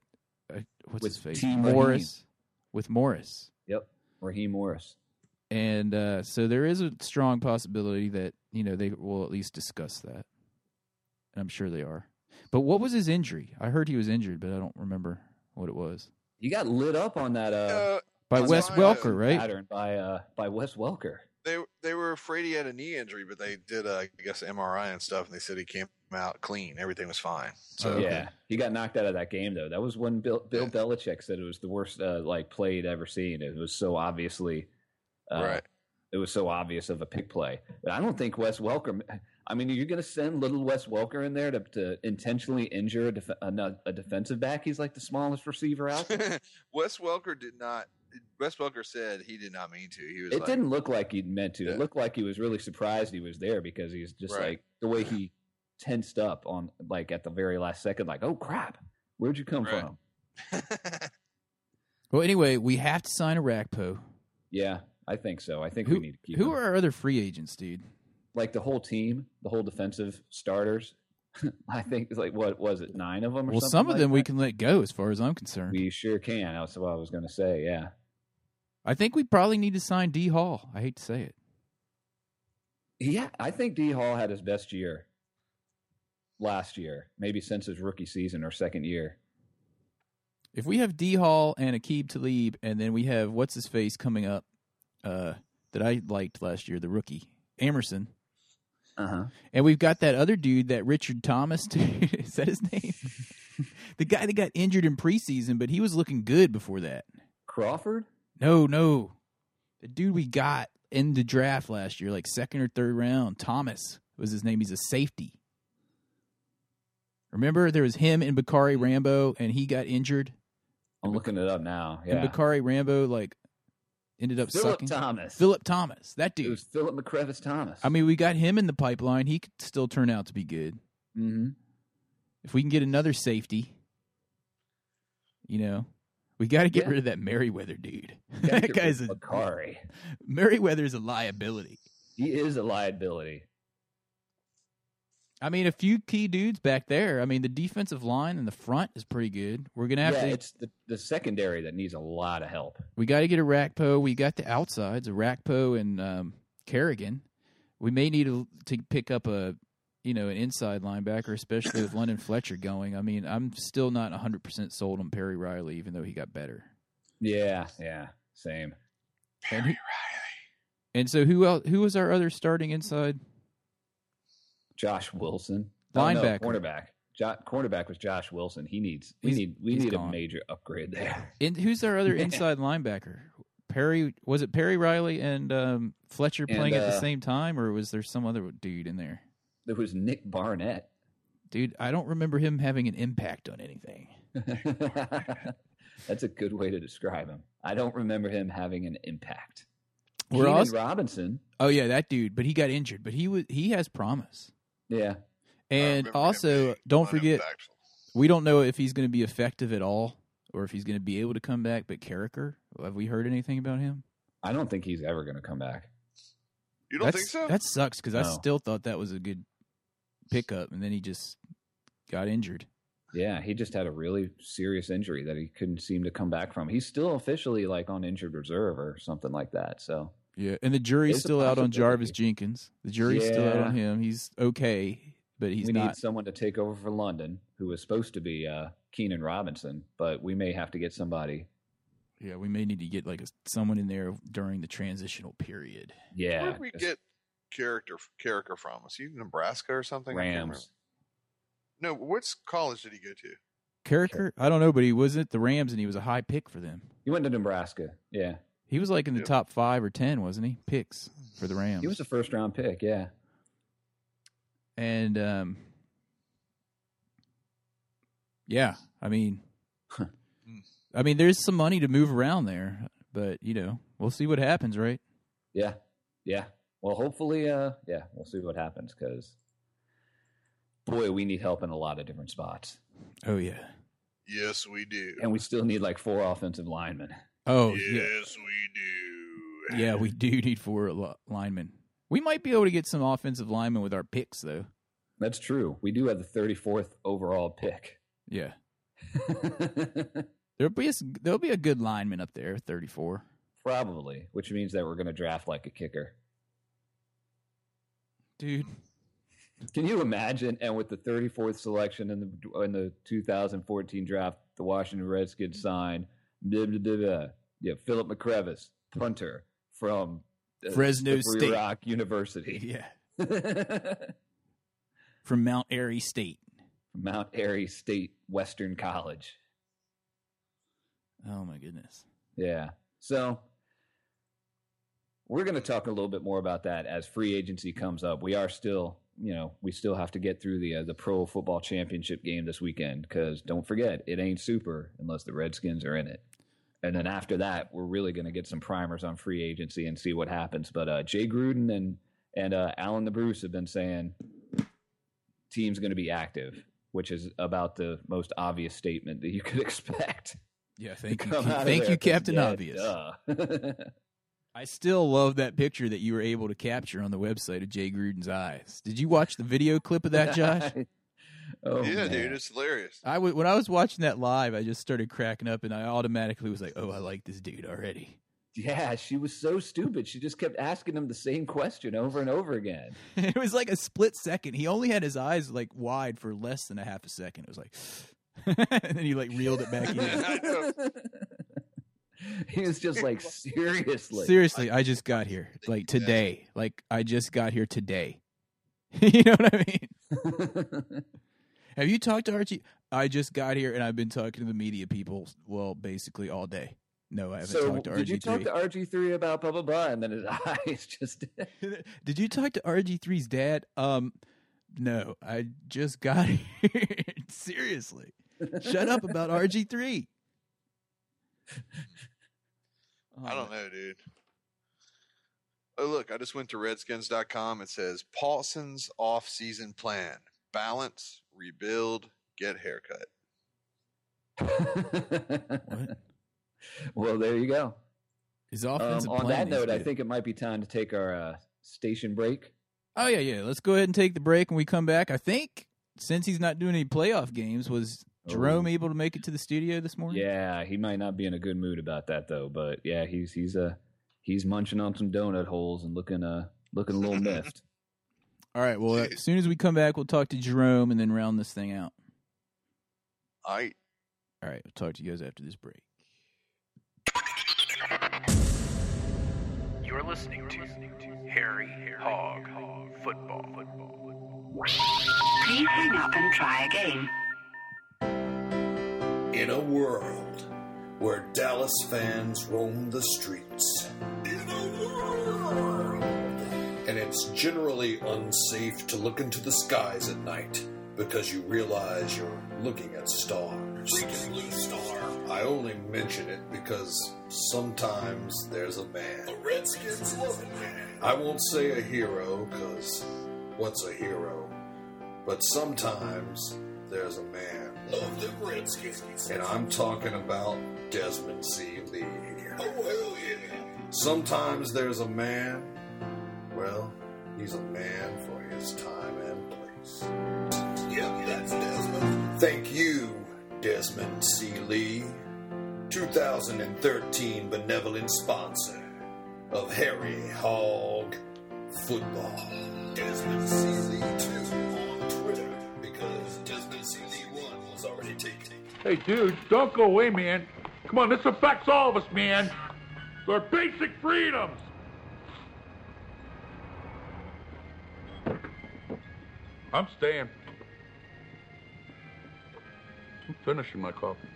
uh, what's
With
his face
Team
Morris, with Morris,
Yep. Raheem Morris.
and uh, so there is a strong possibility that you know they will at least discuss that, and I'm sure they are. But what was his injury? I heard he was injured, but I don't remember what it was.
He got lit up on that uh,
Uh,
By
That's
Wes
fine, uh,
Welker, right?
pattern by uh, by Wes Welker.
they they were afraid he had a knee injury, but they did uh, I guess MRI and stuff, and they said he came out clean. Everything was fine. So
Okay.
Yeah, he got knocked out of that game though. That was when Bill, Bill
Yeah.
Belichick said it was the worst uh, like play he'd ever seen. It was so obviously, uh,
right.
It was so obvious of a pick play. But I don't think Wes Welker. I mean, you're going to send little Wes Welker in there to, to intentionally injure a, def- a, no- a defensive back. He's like the smallest receiver out there.
Wes Welker did not. Wes Welker said he did not mean to. He was
It
like,
didn't look like he'd meant to.
Yeah.
It looked like he was really surprised he was there because he's just
Right.
like the way he tensed up on like at the very last second, like, oh crap, where'd you come
Right.
from?
Well, anyway, we have to sign a Rakpo.
Yeah. I think so. I think
Who-
we need to keep
Who
him.
are our other free agents, dude?
like the whole team, the whole defensive starters. I think it's like what was it, nine of them? Or
Well,
something
some of
like
them we
that?
can let go, as far as I'm concerned.
we sure can. That's what I was going to say. Yeah,
I think we probably need to sign D Hall. I hate to say it.
yeah. I think D Hall had his best year last year, maybe since his rookie season or second year.
If we have D Hall and Akib Talib, and then we have what's his face coming up uh, that I liked last year, the rookie Emerson,
Uh huh.
and we've got that other dude, that Richard Thomas, dude, is that his name? the guy that got injured in preseason, but he was looking good before that.
Crawford.
No, no, the dude we got in the draft last year, like second or third round, Thomas was his name. He's a safety. Remember, there was him and Bakari Rambo, and he got injured.
I'm looking it up now. Yeah.
and Bakari Rambo like ended up
Philip
sucking.
Thomas.
Philip Thomas, that
It
dude.
was Philip McCrevis Thomas.
I mean, we got him in the pipeline. He could still turn out to be good
hmm
if we can get another safety. You know, we got to get
Yeah.
rid of that Merriweather dude. that guy's a
Bakari.
Merriweather's a liability.
He is a liability.
I mean, a few key dudes back there. I mean, the defensive line and the front is pretty good. We're gonna have
yeah,
to.
it's the, the secondary that needs a lot of help.
We got to get a Rackpo. We got the outsides, a Rackpo and um, Kerrigan. We may need to, to pick up a, you know, an inside linebacker, especially with London Fletcher going. I mean, I'm still not 100% sold on Perry Riley, even though he got better.
Yeah, yeah, same.
And, who- and so who else? Who was our other starting inside?
Josh Wilson, Oh, no,
Linebacker.
cornerback. Jo- cornerback was Josh Wilson. He needs. We
He's-
need. We
he's
need
gone.
a major upgrade there.
In, who's our other
Yeah.
inside linebacker? Perry was it Perry Riley and um, Fletcher
And,
playing at the
uh,
same time, or was there some other dude in there?
There was Nick Barnett.
Dude, I don't remember him having an impact on anything.
That's a good way to describe him. I don't remember him having an impact.
We're
Keenan
also-
Robinson.
Oh yeah, that dude. But he got injured. But he was he has promise.
Yeah,
And
remember him
also,
being
don't forget,
unimpactful.
we don't know if he's going to be effective at all, or if he's going to be able to come back. But Carricker, have we heard anything about him?
I don't think he's ever going to come back.
You don't
That's-
think so?
That sucks because I
No.
still thought that was a good pickup, and then he just got injured.
Yeah, he just had a really serious injury that he couldn't seem to come back from. He's still officially like on injured reserve or something like that. So
Yeah, and the jury's
There's a
still out on Jarvis
possibility.
Jenkins. The jury's still out
Yeah.
on him. He's okay, but he's
we
not.
need someone to take over for London, who was supposed to be uh, Keenan Robinson, but we may have to get somebody.
yeah, we may need to get like a, someone in there during the transitional period.
Yeah,
Where did we
just
get character character from? Was he in Nebraska or something? I can't remember.
Rams.
No, what's college did he go to?
Carricker, I don't know, but he was at the Rams, and he was a high pick for them.
He went to Nebraska. Yeah,
He was like in the
Yep.
top five or ten, wasn't he? Picks for the Rams.
he was a first round pick. Yeah,
and um, yeah, I mean, I mean, there's some money to move around there, but you know, we'll see what happens, right?
yeah, yeah. Well, hopefully, uh, yeah, we'll see what happens because boy, we need help in a lot of different spots,
Oh yeah.
Yes, we do.
and we still need like four offensive linemen.
Oh yeah.
yes, we do.
Yeah, we do need four li- linemen. We might be able to get some offensive linemen with our picks, though.
That's true. We do have the thirty fourth overall pick.
Yeah, there'll be a, s- there'll be a good lineman up there, thirty four.
Probably, which means that we're going to draft like a kicker.
Dude,
Can you imagine? And with the 34th selection in the in the 2014 draft, the Washington Redskins signed blah, blah, blah, blah. yeah Philip McCrevis, punter from uh,
Fresno
Slippery
State.
Rock University,
yeah, from Mount Airy State.
Mount Airy State Western College.
Oh my goodness.
Yeah. So we're going to talk a little bit more about that as free agency comes up. We are still, you know, we still have to get through the uh, the Pro Football Championship game this weekend because don't forget, it ain't super unless the Redskins are in it. And then after that, we're really going to get some primers on free agency and see what happens. But uh, Jay Gruden and and uh, Alan the Bruce have been saying team's going to be active, which is about the most obvious statement that you could expect
Yeah, thank
to
you,
come
Ca-
out of
thank
there
you,
because,
Captain
yeah,
Obvious.
duh.
I still love that picture that you were able to capture on the website of Jay Gruden's eyes. Did you watch the video clip of that, Josh?
oh,
yeah,
man.
dude, it's hilarious.
I w- when I was watching that live, I just started cracking up, and I automatically was like, "Oh, I like this dude already."
Yeah, she was so stupid. She just kept asking him the same question over and over again.
it was like a split second. He only had his eyes like wide for less than a half a second. It was like, and then he like reeled it back in.
I know.
he was just like, seriously.
Seriously, I just got here like today. Like I just got here today. you know what I mean? Have you talked to Archie? I just got here and I've been talking to the media people. Well, basically all day. No, I haven't
so
talked to
did you
RG
talk
three.
to RG three about blah blah blah? And then his eyes just
did you talk to RG 3s dad? Um, no, I just got here. Seriously, shut up about RG three.
I don't know, dude. Oh, look, I just went to redskins.com. It says Paulson's off-season plan. Balance, rebuild, get haircut.
Well, there you go.
His
Um,
offensive
on
plan
that
is
note, I
good.
think it might be time to take our uh, station break.
Oh yeah, yeah. Let's go ahead and take the break. When we come back, I think since he's not doing any playoff games, was Jerome
Oh.
able to make it to the studio this morning?
Yeah, he might not be in a good mood about that though, but yeah, he's he's uh he's munching on some donut holes and looking uh looking a little miffed.
All right. Well, as soon as we come back, we'll talk to Jerome and then round this thing out.
I
All right. We'll talk to you guys after this break.
You're listening to Harry Hog Football.
Please hang up and try again.
In a world where Dallas fans roam the streets. And it's generally unsafe to look into the skies at night because you realize you're looking at stars. I only mention it because sometimes there's a man. The Redskins love a man. I won't say a hero because what's a hero? But sometimes there's a man. Love the Redskins. And I'm talking about Desmond C. Lee. Oh, hell yeah. Sometimes there's a man. Well, he's a man for his time and place. Yep, that's Desmond. Thank you, Desmond C. Lee, 2013 benevolent sponsor of Harry Hog football. Desmond Seeley two on Twitter because Desmond Seeley one was already taken.
Hey, dude, don't go away, man. Come on, this affects all of us, man. Our basic freedoms. I'm staying. I'm finishing my coffee.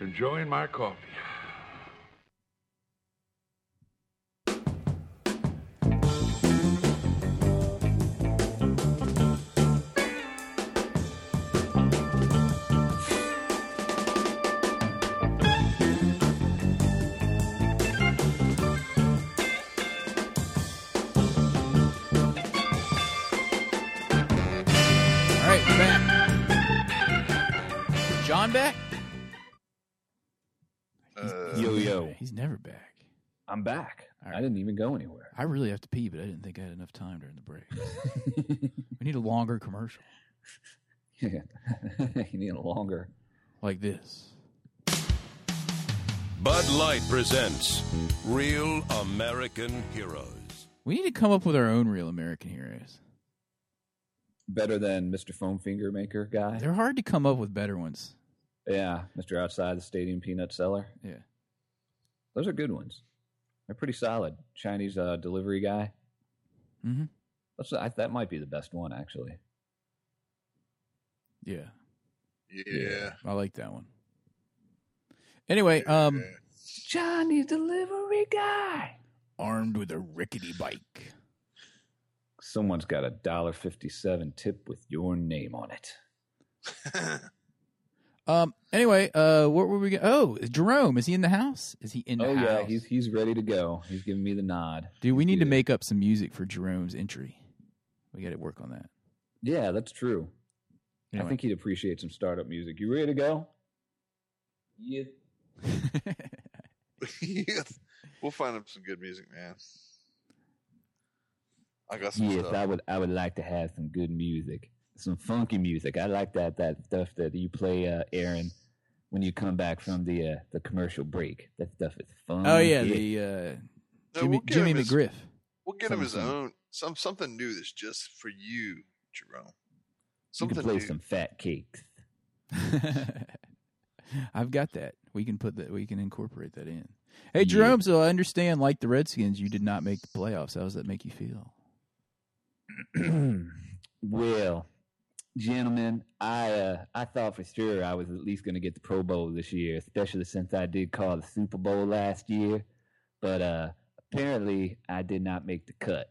Enjoying my coffee.
All right. We're back. John back? He's-
Uh,
Yo,
he's never-
yo.
He's never back.
I'm back.
All right.
I didn't even go anywhere.
I really have to pee, but I didn't think I had enough time during the break. we need a longer commercial
you need a longer.
like this.
Bud Light presents Real American Heroes.
We need to come up with our own real American heroes.
Better than Mr. Foam Finger Maker guy.
They're hard to come up with better ones.
Yeah, Mr. Outside the Stadium Peanut Seller.
Yeah.
Those are good ones. They're pretty solid. Chinese uh, delivery guy.
Mhm.
That's I, that might be the best one actually.
Yeah.
yeah.
I like that one. Anyway, um
Johnny delivery guy.
armed with a rickety bike.
Someone's got a dollar fifty-seven tip with your name on it.
Um anyway, uh what were we go- Oh, is Jerome, is he in the house? Is he in the
oh
house?
yeah, he's he's ready to go. He's giving me the nod.
Dude, we
He's
need to
good.
make up some music for Jerome's entry. We got to work on that.
Yeah, that's true.
Anyway.
I think he'd appreciate some startup music. You ready to go? Yeah.
Yes. We'll find him some good music, man. I got some
Yes,
stuff.
I would. I would like to have some good music, some funky music. I like that that stuff that you play, uh, Aaron, when you come back from the uh, the commercial break. That stuff is fun.
oh yeah, the uh, Jimmy,
we'll get
Jimmy
him his-
McGriff.
We'll get him his
Something.
own some something new that's just for you, Jerome.
you
Something
can play
new.
some fat cakes.
I've got that. We can put that. We can incorporate that in. Hey, Jerome. So I understand, like the Redskins, you did not make the playoffs. How does that make you feel?
well, gentlemen, I uh, I thought for sure I was at least going to get the Pro Bowl this year, especially since I did call the Super Bowl last year. But uh, apparently, I did not make the cut.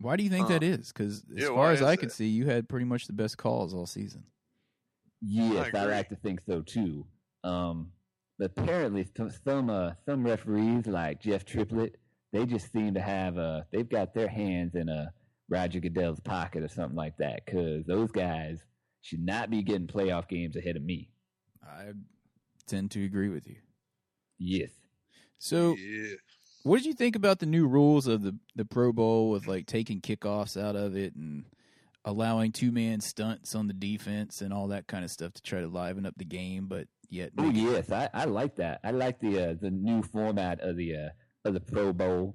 Why do you think that
Huh.
is? Because as
Yeah,
far
why
as
is
I can
that?
see, you had pretty much the best calls all season.
Yes,
I
I,
agree.
like to think so too. Um, but apparently, th- some uh, some referees like Jeff Triplett, they just seem to have uh, they've got their hands in uh, Roger Goodell's pocket or something like that. Because those guys should not be getting playoff games ahead of me.
I tend to agree with you.
Yes.
So, what did you think about the new rules of the the Pro Bowl with like taking kickoffs out of it and allowing two man stunts on the defense and all that kind of stuff to try to liven up the game, but yet
Oh
make it-
yes, I, I like that. I like the uh, the new format of the uh, of the Pro Bowl.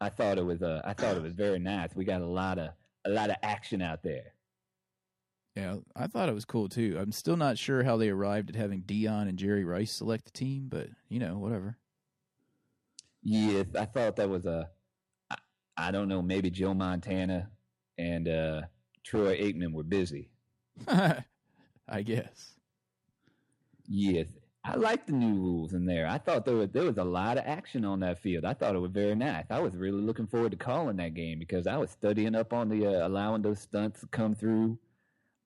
I thought it was uh, I thought it was very nice. We got a lot of a lot of action out there.
yeah, I thought it was cool too. I'm still not sure how they arrived at having Dion and Jerry Rice select the team, but you know, whatever.
Yes, I thought that was a, I, I don't know, maybe Joe Montana and uh, Troy Aikman were busy.
I guess.
Yes, I like the new rules in there. I thought there was there was a lot of action on that field. I thought it was very nice. I was really looking forward to calling that game because I was studying up on the uh, allowing those stunts to come through.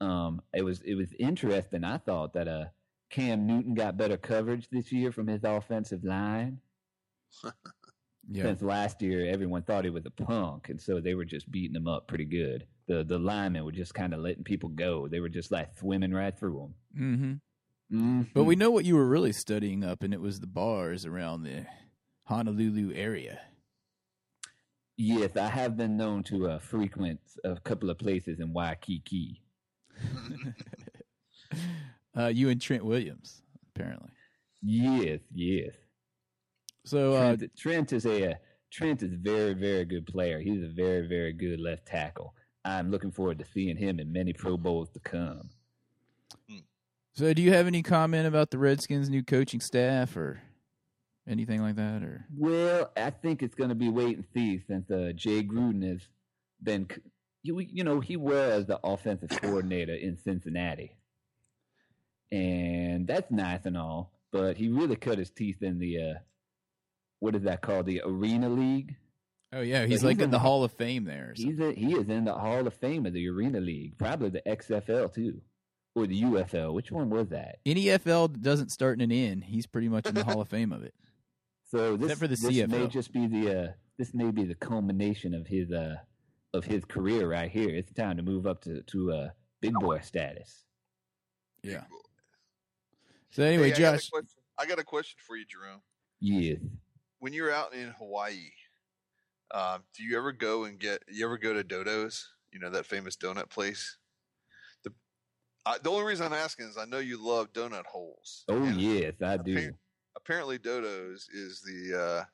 Um, it was it was interesting. I thought that uh, Cam Newton got better coverage this year from his offensive line. Since last year, everyone thought he was a punk, and so they were just beating him up pretty good. The the linemen were just kind of letting people go. They were just like swimming right through him.
Mm-hmm.
Mhm.
But we know what you were really studying up, and it was the bars around the Honolulu area.
Yes, I have been known to uh, frequent a couple of places in Waikiki.
Uh, you and Trent Williams, apparently.
Yes, yes.
So uh,
Trent, Trent is a uh, Trent is a very very good player. He's a very very good left tackle. I'm looking forward to seeing him in many Pro Bowls to come.
So, do you have any comment about the Redskins' new coaching staff or anything like that? Or
Well, I think it's going to be wait and see since uh, Jay Gruden has been, c- you, you know, he was the offensive coordinator in Cincinnati. And that's nice and all, but he really cut his teeth in the, uh, what is that called? The Arena League?
oh yeah,
But
he's like in the
Ho-
Hall of Fame there. or
He's a, he is in the Hall of Fame of the Arena League, probably the XFL too, or the UFL. Which one was that?
Any FL doesn't start in an N. He's pretty much in the Hall of Fame of it.
So this,
Except for the
this may
CFL.
just be the uh, this may be the culmination of his uh of his career right here. It's time to move up to to uh, big boy status.
Yeah. So
Hey, I
anyway,
got a
Josh.
question- I got a question for you, Jerome.
Yes.
When you're out in Hawaii, um, do you ever go and get? You ever go to Dodo's? You know that famous donut place. The I, the only reason I'm asking is I know you love donut holes.
Oh yes, I do.
Apparent- Apparently, Dodo's is the uh,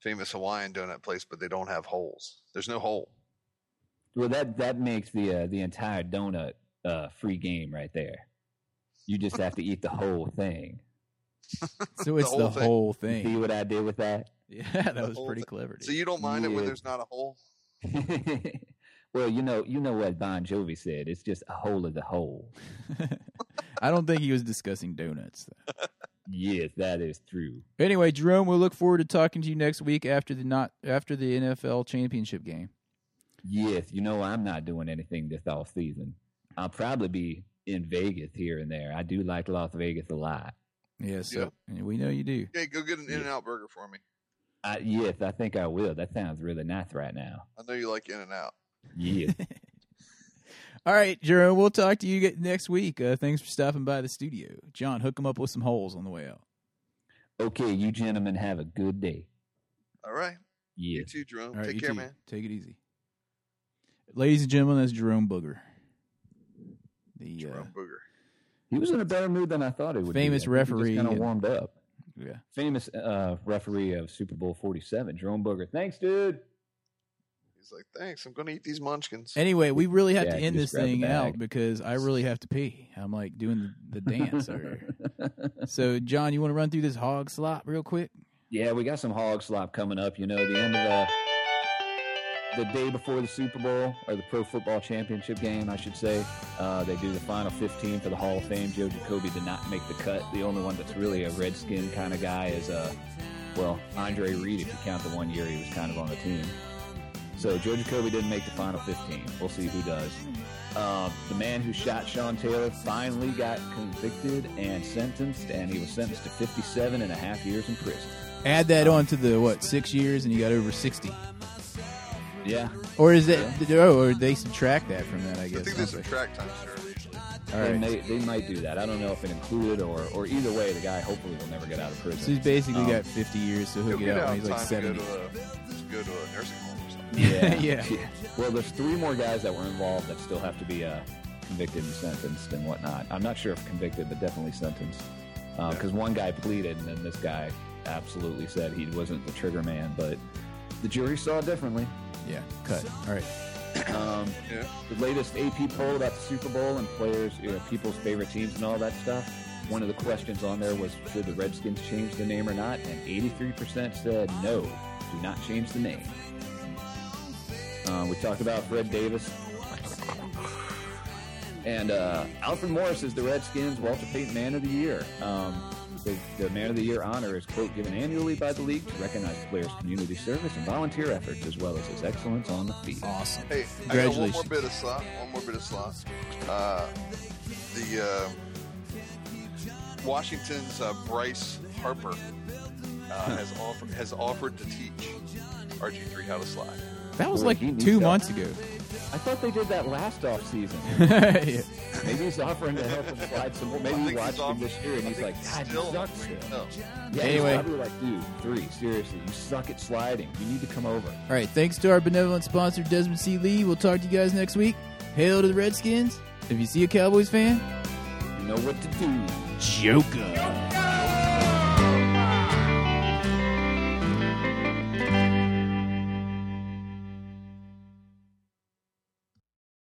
famous Hawaiian donut place, but they don't have holes. There's no hole.
Well, that that makes the uh, the entire donut uh, free game right there. You just have to eat the whole thing.
So it's the whole, thing.
See what I did with that?
Yeah, that was
whole
pretty
thing.
clever.
So you don't mind it when
Yeah.
there's not a hole?
well, you know, you know what Bon Jovi said. It's just a hole of the hole.
I don't think he was discussing donuts. Though.
Yes, that is true.
Anyway, Jerome, we'll look forward to talking to you next week after the not after the NFL championship game.
Yes, you know I'm not doing anything this off season. I'll probably be in Vegas here and there. I do like Las Vegas a lot.
Yes, so and we know you do.
Hey, go get an In and Out burger for me.
I, yes, I think I will. That sounds really nice right now.
I know you like In and Out.
Yes.
All right, Jerome, we'll talk to you get- next week. Uh, thanks for stopping by the studio. John, hook him up with some holes on the way out.
Okay, you gentlemen have a good day.
All right.
Yeah.
You too, Jerome.
All right,
Take
you
care,
too.
man.
Take it easy. Ladies and gentlemen, that's Jerome Booger. The uh,
Jerome Booger.
He was in a better mood than I thought he would.
Famous
be. I think he
referee
just kind
and-
of warmed up.
uh, yeah.
Famous uh, referee of Super Bowl Forty Seven, Jerome Booger. Thanks, dude.
He's like, thanks. I'm going to eat these munchkins.
Anyway, we really have
Yeah,
to
you
end
just
this
grab the
thing out
bag.
because I really have to pee. I'm like doing the, the dance over here. So, John, you want to run through this hog slot real quick?
Yeah, we got some hog slop coming up. You know, the end of the the day before the Super Bowl or the Pro Football Championship game, I should say. Uh, they do the final 15 for the Hall of Fame. Joe Jacoby did not make the cut. The only one that's really a redskin kind of guy is uh, well, Andre Reed. If you count the one year he was kind of on the team. So Joe Jacoby didn't make the final 15. We'll see who does. Uh, the man who shot Sean Taylor finally got convicted and sentenced, and he was sentenced to 57 and a half years in prison.
Add that on to the what six years, and you got over sixty.
Yeah.
Or is that? Oh, or they subtract that from that? I
I
guess.
think there's some
don't they?
track time, sure.
All
They,
right.
may, they might do that. I don't know if it included or, or either way, the guy hopefully will never get out of prison.
So he's basically
Um,
got fifty years, so he'll
He'll
get out when he's
in
like
time to go
seventy.
to a, to go to a nursing home or something.
Yeah.
Yeah.
Well, there's three more guys that were involved that still have to be uh, convicted and sentenced and whatnot. I'm not sure if convicted, but definitely sentenced. Because one guy pleaded, and then this guy absolutely said he wasn't the trigger man, but the jury saw it differently.
Yeah. Cut. All right.
Um,
Yeah.
the latest AP poll about the Super Bowl and players, you know, people's favorite teams and all that stuff. One of the questions on there was should the Redskins change the name or not, and 83% said no, do not change the name. Uh, we talked about Fred Davis. And uh, Alfred Morris is the Redskins Walter Payton Man of the Year. Um, the, the Man of the Year honor is, quote, given annually by the league to recognize players' community service and volunteer efforts, as well as his excellence on the field.
Awesome.
Hey, I got one more
Congratulations.
bit of slop. One more bit of slop. Uh, the uh, Washington's uh, Bryce Harper uh, has offered has offered to teach RG three how to slide.
That was
Boy,
like
he needs
two
that.
months ago.
I thought they did that last off season.
Yeah.
Maybe he's offering to help him slide some more. Maybe
I
he
think
watched
off-
him this year and
I
he's
think
like, God, you
still-
suck. Still.
no.
Anyway.
Yeah, anyway. he's probably like, dude, three, seriously, you suck at sliding. You need to come over.
All right. Thanks to our benevolent sponsor, Desmond C. Lee. We'll talk to you guys next week. Hail to the Redskins. If you see a Cowboys fan,
You know what to do.
Joker.